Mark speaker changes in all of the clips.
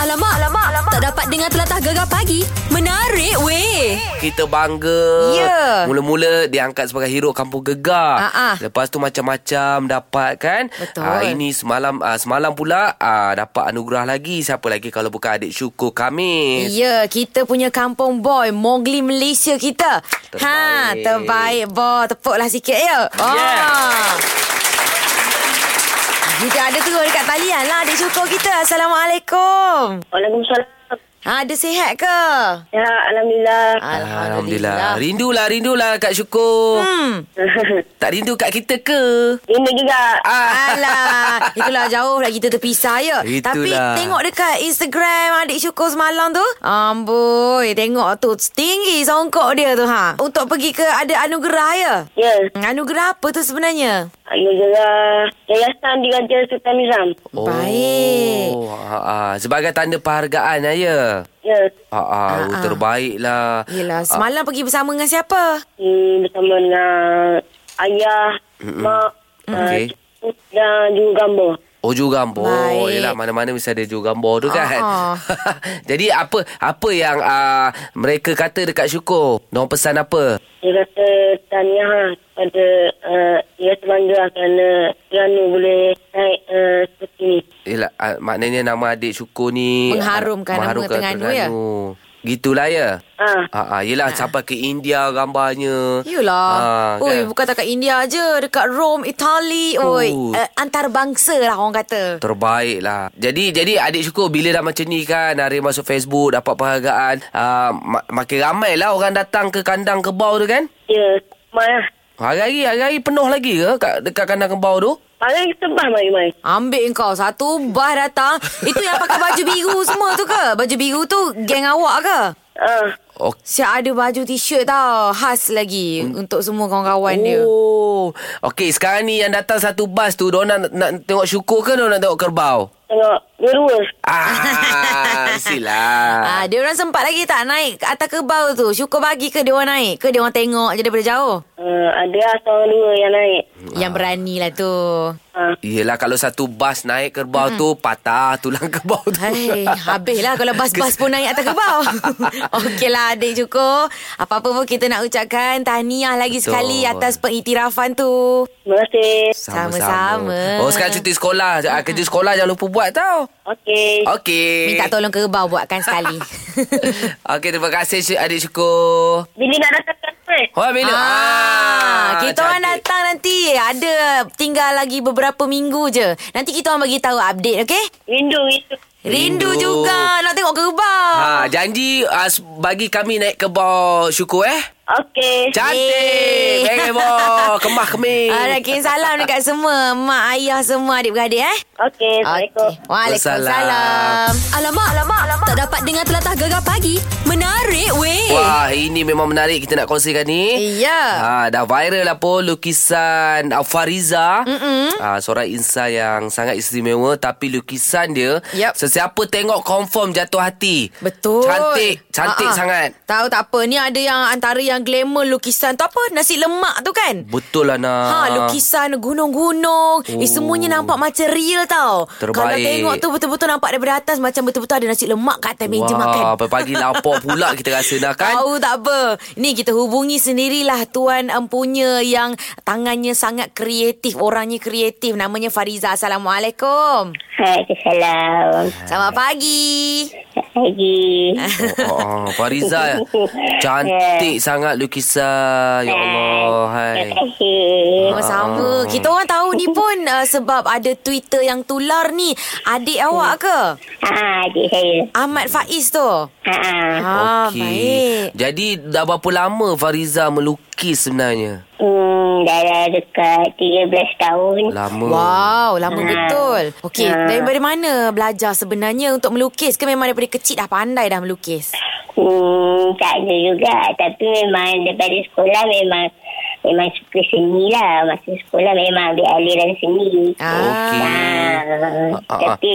Speaker 1: Alamak, alamak, alamak. Tak dapat dengar telatah gegar pagi. Menarik weh.
Speaker 2: Kita bangga
Speaker 1: Ya.
Speaker 2: Mula-mula diangkat sebagai hero kampung gegar
Speaker 1: Ah, ah.
Speaker 2: Lepas tu macam-macam dapat kan
Speaker 1: Betul.
Speaker 2: Ah, Ini semalam ah, semalam pula ah, dapat anugerah lagi Siapa lagi kalau bukan adik syukur kami
Speaker 1: Ya, kita punya kampung boy Mowgli Malaysia kita.
Speaker 2: Terbaik.
Speaker 1: Ha, terbaik boy. Tepuklah sikit ya. Oh.
Speaker 2: Yeah.
Speaker 1: Kita ada tu dekat talian lah Adik syukur kita Assalamualaikum
Speaker 3: Waalaikumsalam.
Speaker 1: Ha, Ada sihat ke?
Speaker 3: Ya, Alhamdulillah.
Speaker 2: Rindulah rindulah Kak Syukur
Speaker 1: Hmm.
Speaker 2: Tak rindu kat kita ke?
Speaker 3: Ini juga.
Speaker 1: Ah. Alah Itulah jauh lah kita terpisah ya
Speaker 2: Itulah.
Speaker 1: Tapi tengok dekat Instagram Adik Syukur semalam tu Amboi Tengok tu Tinggi songkok dia tu ha Untuk pergi ke ada anugerah ya
Speaker 3: Ya.
Speaker 1: Anugerah apa tu sebenarnya?
Speaker 3: Ya juga. Yayasan di Raja Sultan Mizam.
Speaker 2: Oh,
Speaker 1: Baik.
Speaker 2: ah, ah. Sebagai tanda penghargaan lah ya
Speaker 3: Ya.
Speaker 2: Ah, ah,
Speaker 1: Ah, ah.
Speaker 2: terbaik lah
Speaker 1: Yelah semalam pergi bersama dengan siapa?
Speaker 3: Hmm, bersama dengan ayah, mm mak,
Speaker 2: Okey.
Speaker 3: uh, dan juru gambar.
Speaker 2: Oh juga gambar.
Speaker 1: Baik.
Speaker 2: Yelah mana-mana mesti ada juga gambar tu kan.
Speaker 1: Ah.
Speaker 2: Jadi apa apa yang uh, mereka kata dekat Syukur? Diorang pesan apa?
Speaker 3: Dia kata tahniah lah kepada uh, dia terbangga kerana Ranu boleh naik uh, seperti ini.
Speaker 2: Yelah uh, maknanya nama adik Syukur ni
Speaker 1: Mengharumkan nama Terengganu, ya?
Speaker 2: Ya? Gitulah ya.
Speaker 3: Ah,
Speaker 2: Ha ah, yelah sampai ke India gambarnya.
Speaker 1: Yelah.
Speaker 2: Ah,
Speaker 1: Oi,
Speaker 2: kan?
Speaker 1: bukan dekat India aje, dekat Rome, Itali. Oi,
Speaker 2: Oh.
Speaker 1: uh, antarabangsa lah orang kata.
Speaker 2: Terbaik lah Jadi jadi adik syukur Bila dah macam ni kan Hari masuk Facebook Dapat penghargaan uh, ma- Makin ramai lah Orang datang ke kandang kebau tu kan
Speaker 3: ya. Mai lah.
Speaker 2: Hari-hari Hari-hari penuh lagi ke kat, Dekat kandang kebau tu
Speaker 3: Paling sebah mai-mai.
Speaker 1: Ambil kau satu bah datang. Itu yang pakai baju biru semua tu ke? Baju biru tu geng awak ke?
Speaker 3: Ah,
Speaker 2: Oh,
Speaker 1: Siap ada baju t-shirt tau. Khas lagi untuk semua kawan-kawan dia.
Speaker 2: Hmm. Oh. Okey, sekarang ni yang datang satu bas tu, dia nak, nak tengok syukur ke dia nak tengok kerbau?
Speaker 3: tengok dua-dua.
Speaker 2: Ah,
Speaker 1: Ah,
Speaker 2: silah.
Speaker 1: dia orang sempat lagi tak naik ke atas kerbau tu. Syukur bagi ke dia orang naik ke dia orang tengok je daripada jauh.
Speaker 3: Uh, ada lah seorang dua yang naik.
Speaker 2: Ah.
Speaker 1: Yang berani lah tu.
Speaker 3: Ah,
Speaker 2: Yelah kalau satu bas naik kerbau tu patah tulang kerbau tu.
Speaker 1: Hai, habislah kalau bas-bas pun naik atas kerbau. Okeylah adik cukup. Apa-apa pun kita nak ucapkan tahniah lagi
Speaker 2: Betul.
Speaker 1: sekali atas pengiktirafan tu.
Speaker 3: terima kasih.
Speaker 1: Sama-sama.
Speaker 2: Oh, sekarang cuti sekolah. Ah, Kerja sekolah jangan lupa buat tau.
Speaker 3: Okey.
Speaker 2: Okey.
Speaker 1: Eh, Minta tolong kerbau buatkan sekali.
Speaker 2: Okey, terima kasih Syuk- adik syukur.
Speaker 3: Bila nak datang ke kampus?
Speaker 2: Oh, bila?
Speaker 1: Ah, kita orang
Speaker 2: cantik.
Speaker 1: datang nanti ada tinggal lagi beberapa minggu je. Nanti kita orang bagi tahu update okey?
Speaker 3: Rindu, rindu.
Speaker 1: Rindu,
Speaker 2: Rindu.
Speaker 1: juga nak tengok kerbau.
Speaker 2: Ha, janji uh, bagi kami naik kerbau syukur eh.
Speaker 1: Yeay.
Speaker 3: Okey.
Speaker 2: Cantik Bang Ebo Kemah kemih
Speaker 1: Alright, Ah, kirim salam dekat semua mak ayah semua adik-beradik eh.
Speaker 3: Okey, Assalamualaikum.
Speaker 1: Okey. Waalaikumsalam. Alamak, alamak, alamak. Tak dapat dengar telatah gegar pagi. Menarik weh.
Speaker 2: Wah ini memang menarik Kita nak kongsikan ni
Speaker 1: Iya.
Speaker 2: Ha, dah viral lah pun lukisan uh, Fariza ha, Seorang insan yang sangat istimewa Tapi lukisan dia
Speaker 1: Yap.
Speaker 2: Sesiapa tengok confirm jatuh hati
Speaker 1: Betul.
Speaker 2: Cantik Cantik
Speaker 1: Ha-ha.
Speaker 2: sangat
Speaker 1: Tahu tak apa, ni ada yang antara yang glamour lukisan tu apa? Nasi lemak tu kan?
Speaker 2: Betul lah nak
Speaker 1: Ha, lukisan gunung-gunung. Eh,
Speaker 2: Oh.
Speaker 1: semuanya nampak macam real tau.
Speaker 2: Terbaik.
Speaker 1: Kalau tengok tu betul-betul nampak daripada atas macam betul-betul ada nasi lemak kat atas meja makan.
Speaker 2: Wah, pagi-pagi lapar pula kita rasa dah kan
Speaker 1: Tahu tak apa. Ni kita hubungi sendirilah tuan empunya yang tangannya sangat kreatif, orangnya kreatif. Namanya Fariza. Assalamualaikum.
Speaker 3: Waalaikumsalam.
Speaker 1: Selamat pagi.
Speaker 3: Pagi.
Speaker 2: Oh, oh, Fariza Cantik sangat lukisan Ya Allah hai.
Speaker 3: Terima kasih.
Speaker 2: Ah.
Speaker 1: Sama-sama. Kita orang tahu ni pun uh, sebab ada Twitter yang tular ni. Adik awak
Speaker 2: Oh.
Speaker 1: ke?
Speaker 3: Ha, adik saya.
Speaker 1: Ahmad Faiz tu.
Speaker 3: Ha, ha.
Speaker 1: Ah, baik.
Speaker 2: Jadi dah berapa lama Fariza melukis sebenarnya?
Speaker 3: Hmm, dah, dah dekat 13 tahun.
Speaker 2: Lama.
Speaker 1: Wow, lama
Speaker 3: Hmm.
Speaker 1: betul. Okey,
Speaker 3: Hmm.
Speaker 1: daripada mana belajar sebenarnya untuk melukis ke memang daripada kecil dah pandai dah melukis?
Speaker 3: Hmm, tak ada juga. Tapi memang daripada sekolah memang memang suka seni lah. Masa sekolah memang ambil aliran seni.
Speaker 1: Ah.
Speaker 3: Ah,
Speaker 2: Ah, ah,
Speaker 3: tapi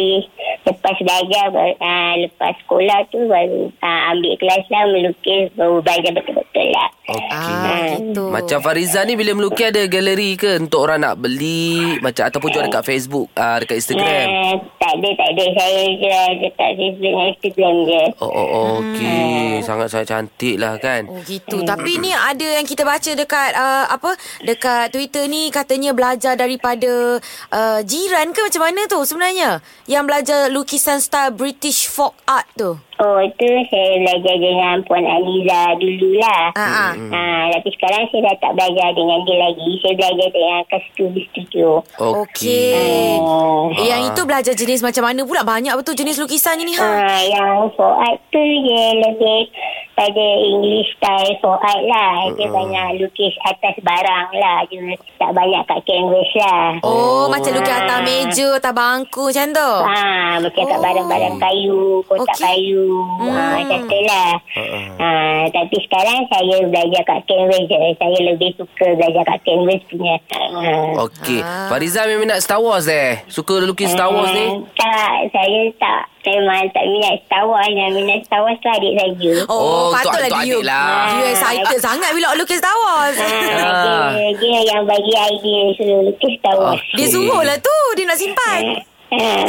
Speaker 3: lepas belajar ah, lepas sekolah tu baru ah, ambil kelas lah melukis baru belajar betul-betul lah.
Speaker 2: Okey.
Speaker 1: Ah, gitu.
Speaker 2: Macam Fariza ni bila melukis ada galeri ke untuk orang nak beli macam ataupun jual dekat Facebook, ah, dekat Instagram.
Speaker 3: Nah, Eh, tak ada, tak ada. Saya lah jual dekat Facebook dan Instagram je.
Speaker 2: Oh, oh, oh
Speaker 1: Hmm.
Speaker 2: okey. Sangat-sangat cantik lah kan.
Speaker 1: Oh gitu. Tapi ni ada yang kita baca dekat uh, apa dekat Twitter ni katanya belajar daripada uh, jiran ke macam mana tu sebenarnya? Yang belajar lukisan style British folk art tu.
Speaker 3: Oh, itu saya belajar dengan Puan Aliza dululah.
Speaker 1: Ha, ha.
Speaker 3: Ah, tapi sekarang saya dah tak belajar dengan dia lagi. Saya belajar dengan Kasturi Studio.
Speaker 1: Okey.
Speaker 3: Oh.
Speaker 2: Ah.
Speaker 1: Yang itu belajar jenis macam mana pula? Banyak betul jenis lukisannya ni ha.
Speaker 3: Ah, yang for art tu dia lebih pada English style for art lah. Dia banyak lukis atas barang lah. Dia tak banyak kat canvas lah.
Speaker 1: Oh, macam lukis atas meja, atas bangku macam tu.
Speaker 3: Ah, macam kat barang-barang kayu, kotak
Speaker 1: Oh. Okey. Hmm.
Speaker 3: kayu. Ah, macam tu lah.
Speaker 2: Ha,
Speaker 3: Ah, tapi sekarang saya belajar kat canvas je. Saya lebih suka belajar kat canvas punya. Ah.
Speaker 2: Okey. Fariza memang nak Star Wars eh. Suka lukis Star Wars ni.
Speaker 3: Hmm, Tak, saya tak. Memang tak minat Star Wars. Yang minat Star Wars tu adik saya.
Speaker 1: Oh,
Speaker 2: Oh, tu-
Speaker 1: patutlah
Speaker 2: tu
Speaker 1: dia.
Speaker 2: adik lah.
Speaker 1: Dia excited sangat bila lukis Star Wars.
Speaker 3: Ah, dia, dia yang bagi idea suruh lukis Star Wars. Ha,
Speaker 1: Dia suruh lah tu. Dia nak simpan.
Speaker 2: Ah.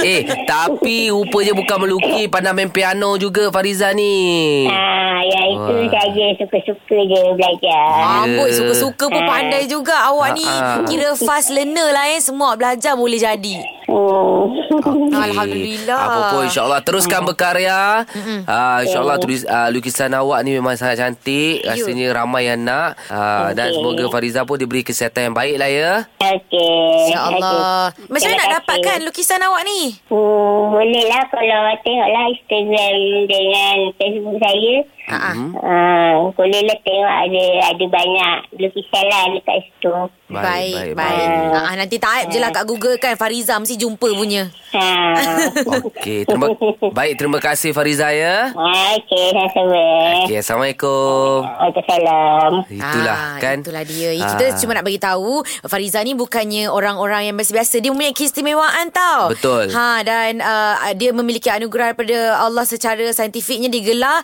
Speaker 2: Eh, tapi rupanya bukan melukis, pandai main piano juga Fariza ni.
Speaker 3: Ah, yang itu
Speaker 2: Wah. Ah.
Speaker 3: saja suka-suka je belajar.
Speaker 1: Amboi suka-suka
Speaker 3: Ah.
Speaker 1: pun pandai juga awak ni.
Speaker 2: Ha-ha.
Speaker 1: Kira fast learner lah eh. Semua belajar boleh jadi.
Speaker 3: Hmm.
Speaker 2: Okey.
Speaker 1: Alhamdulillah. Hmm.
Speaker 2: Apa pun insyaAllah teruskan berkarya. Uh, InsyaAllah
Speaker 1: Oh.
Speaker 2: tulis, uh, lukisan awak ni memang sangat cantik.
Speaker 1: Ya.
Speaker 2: Rasanya ramai yang nak. Uh, Dan
Speaker 3: Okey.
Speaker 2: semoga Fariza pun diberi kesihatan yang baik lah ya.
Speaker 3: Okey.
Speaker 1: InsyaAllah.
Speaker 3: Okey.
Speaker 1: Macam mana
Speaker 3: Terima
Speaker 1: nak
Speaker 3: kasih.
Speaker 1: dapatkan lukisan awak ni?
Speaker 3: Hmm, boleh lah kalau tengoklah Instagram dengan Facebook saya.
Speaker 1: Ha-ha.
Speaker 2: Hmm.
Speaker 3: Ah, boleh lah tengok ada ada banyak lukisan lah dekat situ.
Speaker 1: Baik, baik. Ah, nanti type je lah kat Google kan. Fariza mesti jumpa punya.
Speaker 3: Ha.
Speaker 2: Okey, terima, baik terima kasih Fariza ya.
Speaker 3: ah, okey, sama-sama.
Speaker 2: Okey, Assalamualaikum.
Speaker 3: Waalaikumsalam.
Speaker 2: Itulah
Speaker 1: Ah,
Speaker 2: kan.
Speaker 1: Itulah dia. Ya, Kita
Speaker 2: Ah.
Speaker 1: cuma nak bagi tahu Fariza ni bukannya orang-orang yang biasa-biasa. Dia mempunyai keistimewaan tau.
Speaker 2: Betul.
Speaker 1: Ha dan uh, dia memiliki anugerah daripada Allah secara saintifiknya digelar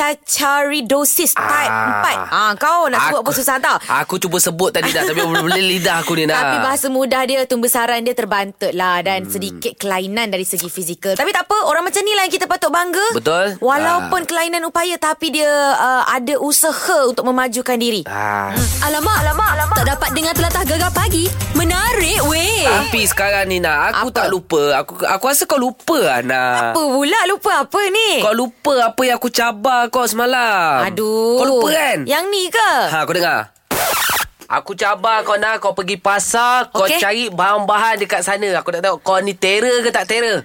Speaker 1: mucopolisaccharidosis type
Speaker 2: Ah.
Speaker 1: 4. Ah kau nak sebut apa
Speaker 2: Aku-
Speaker 1: susah tau.
Speaker 2: Aku cuba sebut tadi dah tapi boleh lidah aku ni dah.
Speaker 1: Tapi bahasa mudah dia Tumbesaran dia terbantut lah Dan hmm. sedikit kelainan Dari segi fizikal Tapi tak apa Orang macam ni lah Yang kita patut bangga
Speaker 2: Betul. Ah.
Speaker 1: Walaupun kelainan upaya Tapi dia uh, Ada usaha Untuk memajukan diri
Speaker 2: Ah.
Speaker 1: Hmm. Alamak, alamak, alamak. Tak dapat dengar telatah gegar pagi. Menarik weh.
Speaker 2: Tapi sekarang ni nak aku
Speaker 1: Apa?
Speaker 2: tak lupa. Aku aku rasa kau lupa Ana.
Speaker 1: Apa eh? pula lupa apa ni?
Speaker 2: Kau lupa apa yang aku cabar kau semalam.
Speaker 1: Aduh. Ya.
Speaker 2: Kau lupa kan?
Speaker 1: Yang ni ke?
Speaker 2: Ha, kau dengar. Aku cabar kau nak kau pergi pasar, kau
Speaker 1: Okey.
Speaker 2: cari bahan-bahan dekat sana. Aku tak tahu kau ni terror ke tak terror.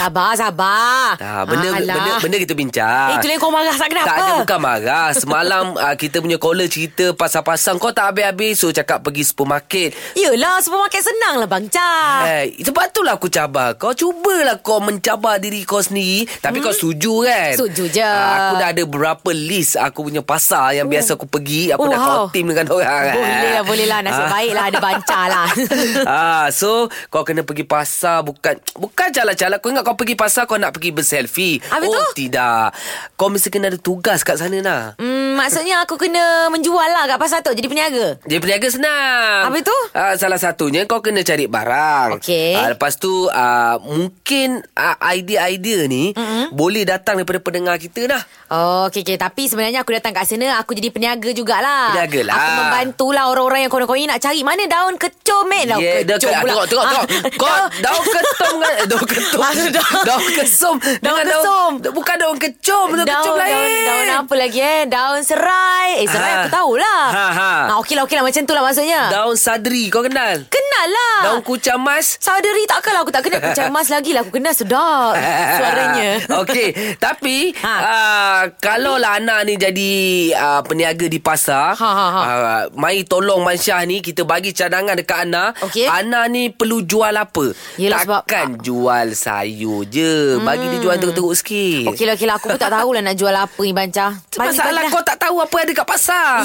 Speaker 1: Sabar, sabar.
Speaker 2: Ha, benda,
Speaker 1: alah.
Speaker 2: benda benda kita bincang.
Speaker 1: Eh, itulah yang kau marah tak kenapa?
Speaker 2: Tak ada bukan marah Semalam uh, kita punya caller cerita pasang-pasang Kau tak habis-habis So cakap pergi supermarket
Speaker 1: Yelah, supermarket senang lah Bang Cha.
Speaker 2: Eh, sebab itulah aku cabar Kau cubalah kau mencabar diri kau sendiri Tapi hmm? kau setuju kan
Speaker 1: Setuju je.
Speaker 2: Ah, Aku dah ada berapa list Aku punya pasar Yang biasa aku pergi Aku
Speaker 1: Oh,
Speaker 2: dah
Speaker 1: wow.
Speaker 2: kau team dengan orang kan.
Speaker 1: Boleh lah, boleh lah. Nasib
Speaker 2: Ah.
Speaker 1: baik lah ada Bang Cha lah.
Speaker 2: ah, so kau kena pergi pasar bukan bukan jalan-jalan. Kau ingat kau pergi pasar kau nak pergi berselfie.
Speaker 1: Habis
Speaker 2: oh,
Speaker 1: tu?
Speaker 2: tidak. Kau mesti kena ada tugas kat sana lah.
Speaker 1: Hmm, maksudnya aku kena menjual lah kat pasar tu jadi peniaga.
Speaker 2: Dia berniaga senang.
Speaker 1: Apa itu?
Speaker 2: Uh, salah satunya kau kena cari barang.
Speaker 1: Okey.
Speaker 2: Ah, lepas tu uh, mungkin uh, idea-idea ni mm-hmm. boleh datang daripada pendengar kita lah. dah.
Speaker 1: Oh, okay, okay. Tapi sebenarnya aku datang kat sana, aku jadi peniaga jugalah.
Speaker 2: Peniaga lah.
Speaker 1: Aku membantulah orang-orang yang konon-konon ni nak cari. Mana daun kecomel lah.
Speaker 2: Yeah, dah
Speaker 1: kecom
Speaker 2: ke-
Speaker 1: pula.
Speaker 2: tengok, tengok,
Speaker 1: Ah,
Speaker 2: tengok. Kau daun ketum kan? Eh, Daun ketum.
Speaker 1: Maksud daun-
Speaker 2: daun kesum. dengan
Speaker 1: kesum.
Speaker 2: Daun, bukan daun kecum. Daun, kecum
Speaker 1: daun,
Speaker 2: lain.
Speaker 1: daun, daun apa lagi eh? Daun serai. Eh, serai
Speaker 2: Ah.
Speaker 1: aku tahulah.
Speaker 2: Ha, ha.
Speaker 1: Ah, okey lah, okey lah. Macam tu lah maksudnya.
Speaker 2: Daun sadri kau kenal?
Speaker 1: Kenal lah.
Speaker 2: Daun kucam mas.
Speaker 1: Saudari takkanlah aku tak kenal. Kucing mas lagi lah. Aku kenal sedap suaranya.
Speaker 2: Okey, tapi
Speaker 1: Ha.
Speaker 2: ha. uh, kalau lah Ana ni jadi uh, peniaga di pasar,
Speaker 1: Ha, ha, ha.
Speaker 2: Uh, mai tolong Mansyah ni kita bagi cadangan dekat Ana.
Speaker 1: Okey.
Speaker 2: Ana ni perlu jual apa?
Speaker 1: Yelah, sebab- Hmm.
Speaker 2: Takkan jual sayur je. Bagi dia jual teruk-teruk sikit.
Speaker 1: Okey lah, okey lah. Aku pun tak tahulah nak jual apa ni, Banca.
Speaker 2: Masalah kau tak tahu apa ada kat pasar.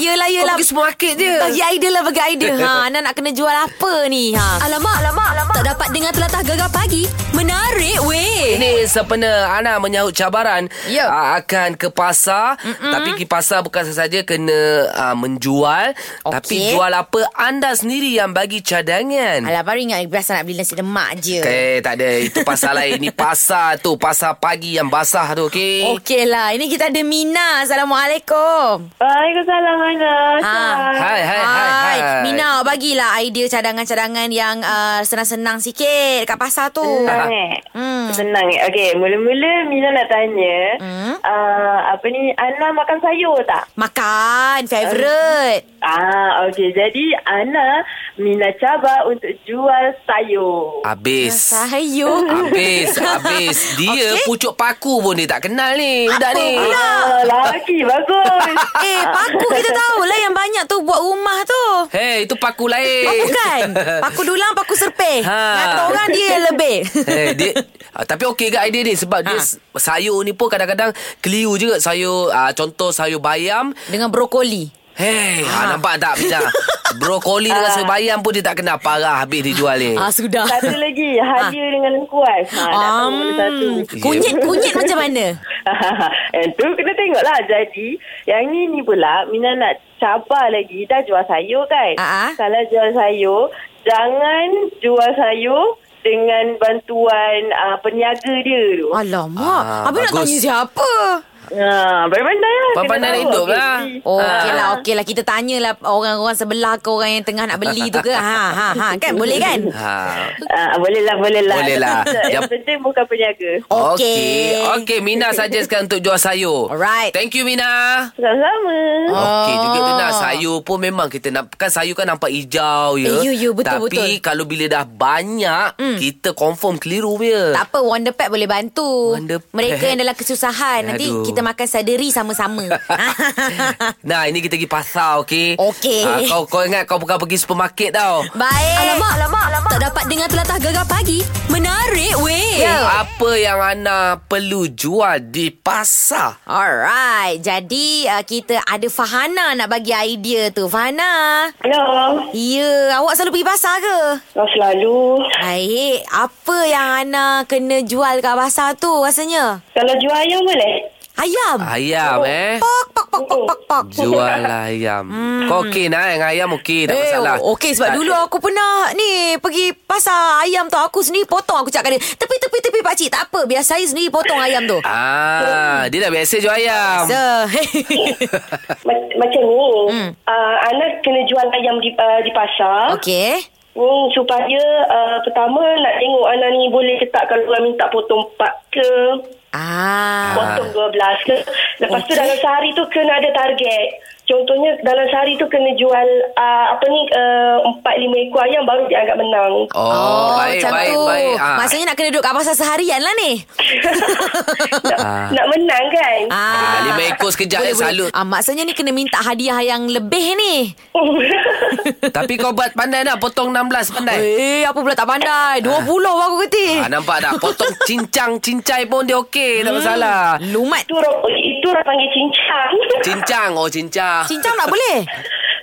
Speaker 1: lah. Yelah, yelah.
Speaker 2: Kau pergi supermarket je.
Speaker 1: Bagi idea lah, bagi idea. Ha, Ana nak kena jual apa ni? Ha. Alamak, alamak, alamak. Tak dapat dengar telatah gegar pagi. Menarik, weh.
Speaker 2: Ini sempena Ana menyahut cabaran
Speaker 1: Ya.
Speaker 2: ah, akan ke pasar Mm-mm. tapi ke pasar bukan saja kena ah, menjual
Speaker 1: Okey.
Speaker 2: tapi jual apa anda sendiri yang bagi cadangan.
Speaker 1: Alah baru ingat biasa nak beli nasi lemak je.
Speaker 2: Okay, tak ada. Itu pasar lain. Ini pasar tu. Pasar pagi yang basah tu, okey?
Speaker 1: Okey lah. Ini kita ada Mina. Assalamualaikum.
Speaker 4: Waalaikumsalam Ana.
Speaker 1: Ah.
Speaker 2: Hai, hai, hai, hai.
Speaker 1: Mina, awak bagilah idea cadangan-cadangan yang uh, senang-senang sikit dekat pasar tu.
Speaker 4: Senang eh
Speaker 1: Hmm.
Speaker 4: Senang eh Okay mula-mula Mina nak tanya
Speaker 1: Hmm.
Speaker 4: uh, Apa ni Ana makan sayur tak?
Speaker 1: Makan, favourite.
Speaker 4: Ah, okay. Jadi Ana Mina cabar untuk jual sayur.
Speaker 2: Habis.
Speaker 1: Sayur.
Speaker 2: Habis, habis. Dia
Speaker 1: Okey.
Speaker 2: okay. pucuk paku pun dia tak kenal ni. Budak
Speaker 1: Apa
Speaker 2: ni.
Speaker 1: pula?
Speaker 4: Ah, laki bagus.
Speaker 1: Eh, paku kita tahulah yang banyak tu buat rumah tu.
Speaker 2: Hei, itu paku lain.
Speaker 1: Oh, bukan. Paku dulang, paku serpeh.
Speaker 2: Eh. Ha.
Speaker 1: Kata orang dia yang lebih.
Speaker 2: Eh, dia ah, tapi okey ke idea dia sebab ha. dia
Speaker 1: Ha.
Speaker 2: s- sayur ni pun kadang-kadang keliru juga sayur ah, contoh sayur bayam
Speaker 1: Dengan brokoli.
Speaker 2: Hei,
Speaker 1: Ah.
Speaker 2: ha. nampak tak Pina? Brokoli dengan sayur bayam pun dia tak kena parah habis dia jual ni.
Speaker 1: Ah, sudah.
Speaker 4: Satu lagi, hadiah dengan lengkuas. Ha, nak tahu mana satu.
Speaker 1: Um,
Speaker 2: Ya.
Speaker 1: kunyit, kunyit macam mana?
Speaker 4: Yang tu kena tengoklah. Jadi, yang ni ni pula, Mina nak cabar lagi. Dah jual sayur kan?
Speaker 1: Ah, ah.
Speaker 4: Kalau jual sayur, jangan jual sayur dengan bantuan uh, peniaga dia tu.
Speaker 1: Alamak.
Speaker 2: Ah,
Speaker 1: Habis nak
Speaker 2: bagus.
Speaker 1: tanya siapa?
Speaker 4: Ha, pandai-pandai lah.
Speaker 2: Pandai-
Speaker 4: Kena
Speaker 2: pandai nak
Speaker 4: tahu
Speaker 2: hidup lah.
Speaker 4: aktiviti.
Speaker 1: Oh,
Speaker 2: Ah.
Speaker 1: okey lah, okey lah. Kita tanyalah orang-orang sebelah ke orang yang tengah nak beli tu ke. Ha, ha, ha. Kan? Boleh kan?
Speaker 2: Ha.
Speaker 4: Ah, boleh lah, boleh lah.
Speaker 2: Boleh lah.
Speaker 4: Yang penting bukan peniaga.
Speaker 1: Okey.
Speaker 2: Okey, okay, Mina suggestkan untuk jual sayur.
Speaker 1: Alright.
Speaker 2: Thank you Mina.
Speaker 4: Sama-sama.
Speaker 2: Okey
Speaker 1: Oh.
Speaker 2: juga tu nak sayur pun memang kita nak kan sayur kan nampak hijau
Speaker 1: Eh,
Speaker 2: ya.
Speaker 1: you, you, betul,
Speaker 2: Tapi
Speaker 1: betul. Hmm.
Speaker 2: kalau bila dah banyak mm. kita confirm keliru dia.
Speaker 1: Tak apa, Wonder Pet boleh bantu.
Speaker 2: Wonder Pet.
Speaker 1: Mereka yang dalam kesusahan. Nanti
Speaker 2: Aduh.
Speaker 1: kita makan saderi sama-sama. Ha.
Speaker 2: Nah, ini kita pergi pasar, okey?
Speaker 1: Okey.
Speaker 2: Ah, kau kau ingat kau bukan pergi supermarket tau.
Speaker 1: Baik.
Speaker 5: Alamak, alamak, alamak. Tak dapat dengar telatah gegar pagi. Menarik, weh.
Speaker 1: Ya.
Speaker 2: Apa yang Ana perlu jual di pasar?
Speaker 1: Alright. Jadi, uh, kita ada Fahana nak bagi idea tu. Fahana.
Speaker 4: Hello.
Speaker 1: Ya, yeah, awak selalu pergi pasar ke?
Speaker 4: Kau selalu.
Speaker 1: Baik. Apa yang Ana kena jual kat pasar tu rasanya?
Speaker 4: Kalau jual ayam boleh?
Speaker 1: Ayam.
Speaker 2: Ayam
Speaker 1: Oh.
Speaker 2: eh.
Speaker 1: Pok, pok, pok, pok, pok, pok.
Speaker 2: Jual ayam. Kau okey nak eh? dengan ayam okey, Oh. tak masalah.
Speaker 1: Hmm. Eh, oh, okey sebab
Speaker 2: Tak-
Speaker 1: dulu aku pernah ni pergi pasar ayam tu aku sendiri potong aku cakap dia. Tepi tepi tepi pak cik tak apa biar saya sendiri potong ayam tu.
Speaker 2: Ah, dia dah biasa jual ayam.
Speaker 1: So,
Speaker 4: Ma- macam ni. Hmm. Uh, Ana kena jual ayam di, uh, di pasar.
Speaker 1: okey.
Speaker 4: Ni supaya uh, pertama nak tengok Ana ni boleh ke tak kalau orang minta potong 4 ke,
Speaker 1: Ah.
Speaker 4: potong 12 ke. Lepas tu
Speaker 1: Okey.
Speaker 4: dalam sehari tu kena ada target. Contohnya dalam sehari tu kena jual uh, apa ni uh, 4-5 ekor ayam baru dianggap menang.
Speaker 2: Oh, baik,
Speaker 1: macam
Speaker 2: baik,
Speaker 1: tu.
Speaker 2: baik. Ah.
Speaker 1: Maksudnya nak kena duduk kat pasar seharian lah ni.
Speaker 4: nak,
Speaker 2: Ah.
Speaker 4: nak menang kan?
Speaker 2: Ah, lima ekor sekejap
Speaker 1: Boleh,
Speaker 2: eh,
Speaker 1: boleh.
Speaker 2: salut.
Speaker 1: Ah, maksudnya ni kena minta hadiah yang lebih ni.
Speaker 2: Tapi kau buat pandai nak potong 16 pandai.
Speaker 1: Eh, apa pula tak pandai. 20 aku keti.
Speaker 2: Ah, nampak tak? Potong cincang-cincai pun dia okey,
Speaker 1: Hmm.
Speaker 2: tak masalah.
Speaker 1: Lumat.
Speaker 4: itu orang itu orang panggil cincang.
Speaker 2: Cincang, oh cincang.
Speaker 1: Cincang tak boleh?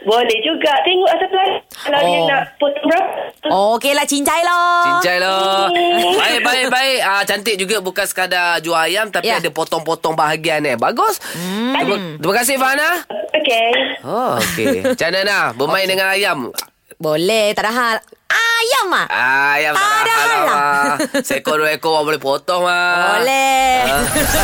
Speaker 4: Boleh juga tengok asal pelan. Kalau oh. dia
Speaker 1: Oh.
Speaker 4: nak potong berapa?
Speaker 1: Okey lah, cincai lah.
Speaker 2: Cincai lah. Baik, baik, baik. Ah, cantik juga bukan sekadar jual ayam tapi
Speaker 1: Ya.
Speaker 2: yeah. ada potong-potong bahagian eh. Bagus. Hmm. Terima, terima kasih Fahana.
Speaker 4: Okay.
Speaker 2: Oh, okey. Macam mana Nah? Bermain okay. dengan ayam.
Speaker 1: Boleh, tak ada hal. Ayam ah.
Speaker 2: Ayam
Speaker 1: Tak ada
Speaker 2: hal
Speaker 1: hal lah.
Speaker 2: lah. Seekor dua ekor orang boleh potong lah.
Speaker 1: Boleh.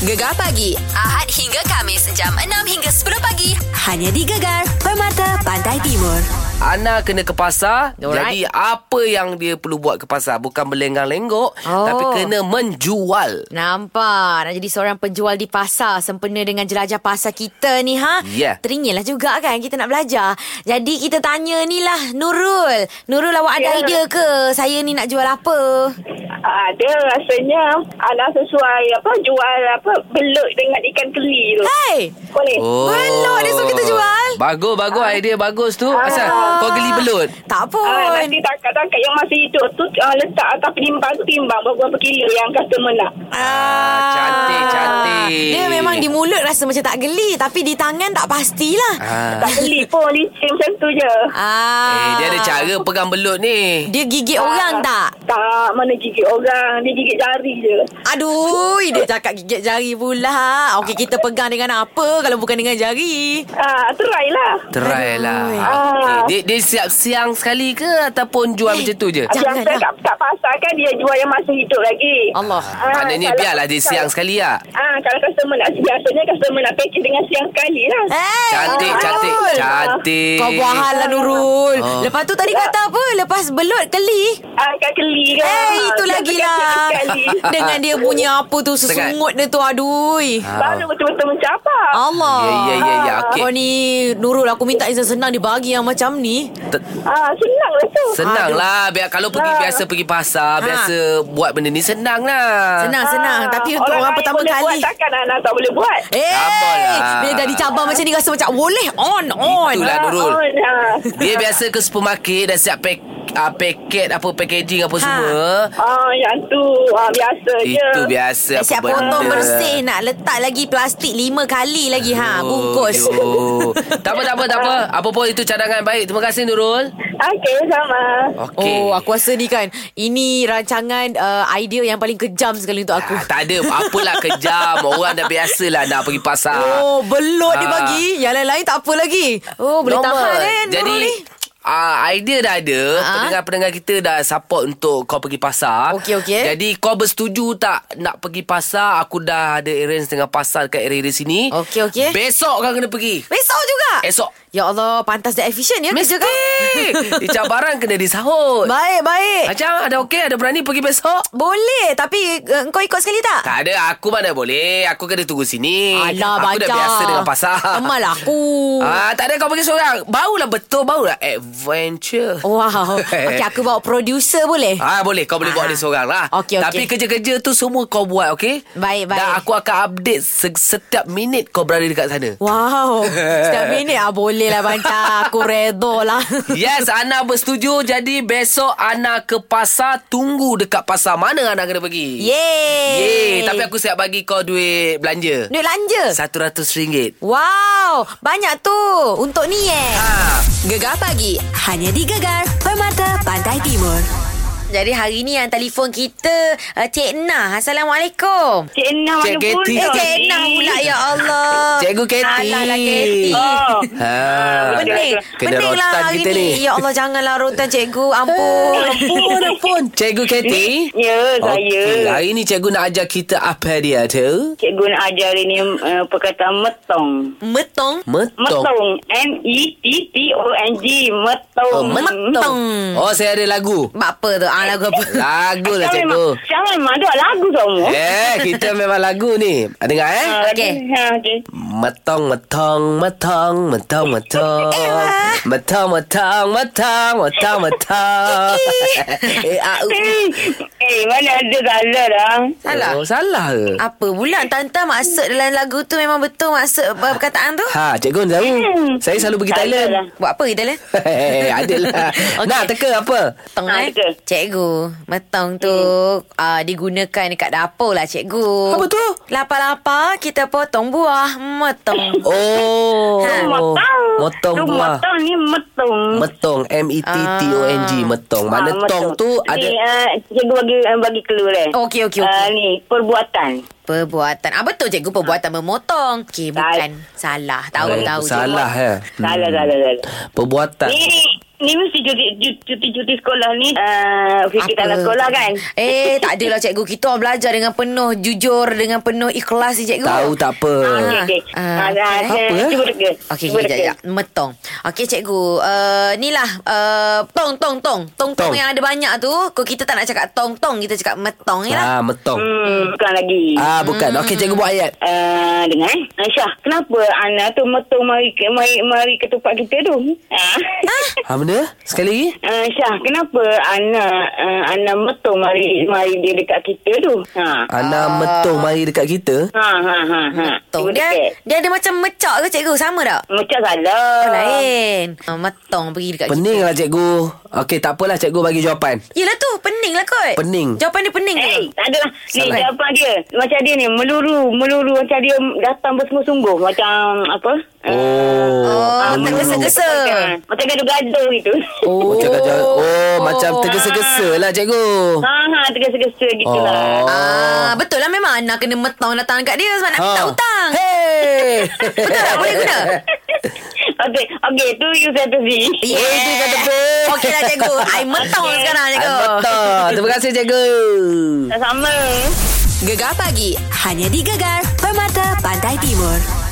Speaker 5: Gegar pagi. Ahad hingga Kamis. Jam 6 hingga 10 pagi. Hanya di Gegar. Permata Pantai Timur.
Speaker 2: Ana kena ke pasar
Speaker 1: Alright.
Speaker 2: Jadi apa yang dia perlu buat ke pasar Bukan berlenggang-lenggok
Speaker 1: Oh.
Speaker 2: Tapi kena menjual
Speaker 1: Nampak nak jadi seorang penjual di pasar sempena dengan jelajah pasar kita ni ha.
Speaker 2: Ya.
Speaker 1: Teringinlah juga kan kita nak belajar. Jadi kita tanya ni lah Nurul. Nurul awak ada
Speaker 4: Ya.
Speaker 1: idea ke saya ni nak jual apa?
Speaker 4: Ada rasanya anak sesuai apa jual apa belut dengan ikan keli tu.
Speaker 1: Hai.
Speaker 4: Boleh.
Speaker 2: Oh.
Speaker 1: Belut dia suruh kita jual. Ah.
Speaker 2: Bagus, bagus Idea bagus tu Asal kau geli belut
Speaker 1: Tak pun.
Speaker 4: Ah, nanti tangkap-tangkap yang masih hidup tu ah, letak atas penimbang tu timbang beberapa kilo yang customer nak.
Speaker 1: Ah,
Speaker 2: cantik, cantik.
Speaker 1: Dia memang di mulut rasa macam tak geli tapi di tangan tak pastilah.
Speaker 2: ah.
Speaker 4: Tak beli pun licin macam tu je.
Speaker 1: Ah.
Speaker 2: Eh, dia ada cara pegang belut ni
Speaker 1: Dia gigit orang tak?
Speaker 4: Tak, mana gigit orang. Dia gigit jari je.
Speaker 1: Aduh, dia cakap gigit jari pula. Okey, kita pegang dengan apa kalau bukan dengan jari?
Speaker 4: Ah, try lah.
Speaker 2: Try lah
Speaker 1: Aduh. Ah.
Speaker 2: okay. dia, dia siap siang sekali ke Ataupun jual macam tu je
Speaker 1: Jangan
Speaker 4: Jangan
Speaker 1: lah.
Speaker 4: Yang kat, kat pasar kan dia jual yang masih hidup lagi.
Speaker 1: Allah.
Speaker 4: Ah,
Speaker 2: Maknanya
Speaker 4: kalau-
Speaker 2: biarlah dia siang sekali lah
Speaker 4: Ah, kalau customer nak biasanya customer nak package dengan siang sekali lah.
Speaker 1: Hey,
Speaker 2: Cantik,
Speaker 1: Eh, Nurul.
Speaker 2: cantik, cantik.
Speaker 1: Kau buang hal lah Nurul.
Speaker 2: Oh.
Speaker 1: Lepas tu tadi kata apa? Lepas belut keli.
Speaker 4: Ah, kat keli
Speaker 1: Eh,
Speaker 4: kan.
Speaker 1: itu
Speaker 4: Siang
Speaker 1: lagi
Speaker 4: sekali,
Speaker 1: lah.
Speaker 4: siang sekali.
Speaker 1: Dengan dia punya apa tu, sesungut dia tu, adui.
Speaker 2: Ah.
Speaker 4: Baru betul-betul mencapai.
Speaker 1: Allah.
Speaker 2: Ya, ya, ya, ya. Okey.
Speaker 1: Kau ni, Nurul, aku minta izin senang dia bagi yang macam ni.
Speaker 2: Te-
Speaker 4: Ah, senang lah tu.
Speaker 2: Senang
Speaker 1: Aduh.
Speaker 2: lah biar, Kalau pergi
Speaker 4: Ah.
Speaker 2: biasa pergi pasar
Speaker 1: Ha.
Speaker 2: Biasa buat benda ni senang lah
Speaker 1: Senang, senang.
Speaker 4: Ah,
Speaker 1: Tapi untuk orang
Speaker 4: lain
Speaker 1: pertama
Speaker 4: boleh
Speaker 1: kali.
Speaker 4: Buat, takkan anak tak boleh buat.
Speaker 1: Eh,
Speaker 2: Sabarlah.
Speaker 1: bila dah dicabar macam ni rasa macam boleh on, on.
Speaker 2: Itulah Nurul
Speaker 4: Oh, nah.
Speaker 2: Dia biasa ke supermarket Dah siap pack, uh, paket apa packaging
Speaker 1: Ha.
Speaker 2: apa semua
Speaker 4: Ah, yang tu ah, biasa je.
Speaker 2: Itu biasa
Speaker 1: Ya. Dah
Speaker 2: apa
Speaker 1: Eh, siap
Speaker 2: benda.
Speaker 1: potong bersih nak letak lagi plastik lima kali lagi ha bungkus.
Speaker 2: Yo, yo. tak apa tak apa tak apa. Apa pun itu cadangan baik. Terima kasih Nurul.
Speaker 4: Okey, sama.
Speaker 1: Oh,
Speaker 2: Okey.
Speaker 1: aku rasa ni kan Ini rancangan uh, idea yang paling kejam sekali untuk aku
Speaker 2: Ah, tak ada apalah kejam. Orang dah biasalah nak pergi pasar.
Speaker 1: Oh, belut dia
Speaker 2: Ah.
Speaker 1: bagi Yang lain-lain tak apa lagi Oh, boleh
Speaker 2: Normal.
Speaker 1: tahan kan
Speaker 2: Jadi
Speaker 1: Nurul ni
Speaker 2: Ah, idea dah ada
Speaker 1: Ah.
Speaker 2: Pendengar-pendengar kita dah support Untuk kau pergi pasar
Speaker 1: Okey, okey.
Speaker 2: Jadi kau bersetuju tak Nak pergi pasar Aku dah ada arrange Dengan pasar dekat area-area sini
Speaker 1: Okey, okey.
Speaker 2: Besok kau kena pergi
Speaker 1: Besok juga
Speaker 2: Esok
Speaker 1: Ya Allah, pantas dia efisien ya kerja kau
Speaker 2: Eh, Di cabaran kena disahut
Speaker 1: Baik, baik
Speaker 2: Macam ada okey Ada berani pergi besok
Speaker 1: Boleh, tapi uh, kau ikut sekali tak?
Speaker 2: Tak ada Aku mana boleh Aku kena tunggu sini
Speaker 1: Alah,
Speaker 2: Aku dah
Speaker 1: bajak.
Speaker 2: biasa dengan pasar
Speaker 1: Amal aku.
Speaker 2: Ah, tak ada kau pergi seorang Barulah betul Barulah adventure
Speaker 1: Wow. ah, Okey, aku bawa producer boleh?
Speaker 2: Ah boleh kau boleh buat
Speaker 1: Ah.
Speaker 2: dia seorang lah.
Speaker 1: Okey,
Speaker 2: Tapi
Speaker 1: okey.
Speaker 2: kerja-kerja tu semua kau buat okey?
Speaker 1: Baik, baik.
Speaker 2: Dan aku akan update se- setiap minit kau berada dekat sana.
Speaker 1: Wow. Setiap minit ah boleh lah banca. Aku redo lah.
Speaker 2: Yes, Ana bersetuju. Jadi besok Ana ke pasar tunggu dekat pasar mana Ana kena pergi.
Speaker 1: Yeay.
Speaker 2: Yeay, tapi aku siap bagi kau duit belanja.
Speaker 1: duit lanja.
Speaker 2: RM100.
Speaker 1: Wow, banyak tu untuk ni eh.
Speaker 2: Ah.
Speaker 5: Gegar pagi Hanya di Gegar Permata Pantai Timur
Speaker 1: Jadi hari ni yang telefon kita uh, Cik Nah. Assalamualaikum.
Speaker 4: Cik Enah
Speaker 2: Cik
Speaker 4: mana pun
Speaker 1: Eh
Speaker 2: Katie.
Speaker 4: tau,
Speaker 1: Cik Nah pula ya Allah.
Speaker 2: Cikgu Katie.
Speaker 1: Alah lah Katie.
Speaker 4: Oh.
Speaker 2: Ha.
Speaker 1: Pening
Speaker 2: Kena
Speaker 1: Pening lah
Speaker 2: rotan
Speaker 1: hari
Speaker 2: kita
Speaker 1: ni.
Speaker 2: ni.
Speaker 1: Ya Allah janganlah rotan cikgu Ampun
Speaker 2: Ampun, ampun. Cikgu Katie.
Speaker 4: Ya, saya.
Speaker 2: Okey, hari ni cikgu nak ajar kita apa dia tu?
Speaker 4: Cikgu nak ajar ni uh, perkataan metong.
Speaker 1: Metong
Speaker 2: Metong.
Speaker 4: Metong. E M-E-T-T-O-N-G. Metong.
Speaker 2: Oh, metong. Oh, saya ada lagu.
Speaker 1: Bak apa tu ah, Lagu apa
Speaker 2: Lagu lah cikgu.
Speaker 4: Sekarang memang, sekarang memang ada lagu semua.
Speaker 2: Eh, kita memang lagu ni. Dengar eh?
Speaker 4: Ah,
Speaker 1: Okey.
Speaker 4: Ha, okey.
Speaker 2: Matang, matang, matang, matang, matang. Matang, matang, matang, matang, matang. Eh, ah, uh.
Speaker 4: Eh, eh, mana ada salah dah.
Speaker 1: Salah.
Speaker 2: Oh, salah ke?
Speaker 1: Apa pula Tanta maksud dalam lagu tu Memang betul maksud uh, perkataan tu
Speaker 2: Ha, cikgu Hun tahu. Saya selalu pergi
Speaker 4: Hmm. Tak
Speaker 2: Thailand.
Speaker 4: adalah.
Speaker 1: Buat apa kita lah
Speaker 2: Hehehe, Adalah.
Speaker 1: Okey.
Speaker 2: Nak teka apa?
Speaker 1: Tong
Speaker 4: Ah,
Speaker 1: eh
Speaker 4: betul.
Speaker 1: Cikgu Metong tu uh, Digunakan dekat dapur lah
Speaker 4: Oh.
Speaker 1: cikgu
Speaker 2: Apa tu?
Speaker 1: Lapar-lapar Kita potong buah Metong
Speaker 2: Oh.
Speaker 1: Ha,
Speaker 4: Motong.
Speaker 2: Motong
Speaker 4: Tu
Speaker 2: buah.
Speaker 4: Motong ni metong.
Speaker 2: Metong E M-E-T-T-O-N-G Metong Mana
Speaker 4: Ah,
Speaker 2: tong
Speaker 4: metong.
Speaker 2: tu ada
Speaker 4: Ni, ah, cikgu bagi bagi keluar eh.
Speaker 1: Okey, Oh, okey, okey.
Speaker 4: Ah, ni perbuatan.
Speaker 1: Perbuatan Ah betul cikgu Perbuatan memotong Okey
Speaker 4: Sal-
Speaker 1: bukan Salah Tahu
Speaker 2: Eh,
Speaker 1: tahu
Speaker 2: Salah
Speaker 1: cikgu.
Speaker 2: ya
Speaker 4: Salah, salah, salah.
Speaker 1: Ah.
Speaker 2: Perbuatan
Speaker 4: Ni ni mesti cuti cuti- cuti-cuti sekolah ni uh,
Speaker 1: Apa?
Speaker 4: fikir dalam sekolah kan.
Speaker 1: Eh tak adalah cikgu Kita orang belajar dengan penuh Jujur Dengan penuh ikhlas ni, cikgu
Speaker 2: Tahu tak apa
Speaker 4: Ah, Okey okey.
Speaker 1: Ah,
Speaker 4: Ah, dah,
Speaker 1: apa,
Speaker 4: eh,
Speaker 2: eh?
Speaker 4: Cuba teka.
Speaker 1: Okey,
Speaker 4: Cuba
Speaker 1: okay,
Speaker 4: teka.
Speaker 1: jap, jap. Metong. Okey, cikgu. Uh, ni lah. Uh, tong, tong, tong. Tong-tong
Speaker 2: Tong.
Speaker 1: yang ada banyak tu. Kau kita tak nak cakap tong-tong. Kita cakap metong je lah.
Speaker 2: Ah, metong
Speaker 4: Hmm, bukan lagi.
Speaker 2: Ah, bukan Okey, cikgu buat ayat
Speaker 4: Uh, dengar eh. Aisyah, kenapa Ana tu metu mari ke, mari, mari ke tempat kita tu? Ah.
Speaker 2: Ha, benda? Sekali lagi
Speaker 4: Uh, Syah, kenapa Ana uh, Ana metu mari mari dia dekat kita tu? Ha.
Speaker 2: Ana metong mari dekat kita
Speaker 1: Ah.
Speaker 4: Ha ha ha ha.
Speaker 1: Tong.
Speaker 4: Cuba
Speaker 1: Dia,
Speaker 4: teka.
Speaker 1: dia ada macam mecak ke, cikgu? Sama tak?
Speaker 4: Macam salah.
Speaker 1: Oh, lain. Uh, metong pergi dekat kita.
Speaker 2: Pening lah cikgu Okey, tak apalah cikgu bagi jawapan
Speaker 1: Yelah tu, pening lah kot.
Speaker 2: Pening.
Speaker 1: Jawapan dia pening ke?
Speaker 4: Eh, tak adalah. Ni
Speaker 2: Salah.
Speaker 4: jawapan dia. Macam dia ni, meluru. Meluru macam dia datang bersungguh-sungguh. Macam apa?
Speaker 2: Oh.
Speaker 1: Oh,
Speaker 4: Ah,
Speaker 1: tergesa-gesa.
Speaker 4: macam- Macam gaduh-gaduh gitu.
Speaker 2: Oh, macam kacang. Oh, macam tergesa-gesa lah cikgu.
Speaker 4: Ha, ha, tergesa-gesa gitu lah.
Speaker 2: Oh. Ha.
Speaker 1: Ah, betul lah memang Ana kena metang datang kat dia sebab nak minta hutang.
Speaker 2: Hey.
Speaker 1: Betul tak? Boleh guna?
Speaker 4: Okay, okay, tu you satu Z.
Speaker 1: Yeah.
Speaker 2: Oh, itu kata betul.
Speaker 1: Okey lah cikgu. I metang
Speaker 4: Okay.
Speaker 1: sekarang cikgu.
Speaker 2: Betul. Terima kasih cikgu.
Speaker 4: Sama-sama.
Speaker 3: Gegar pagi hanya di Gegar Permata Pantai Timur.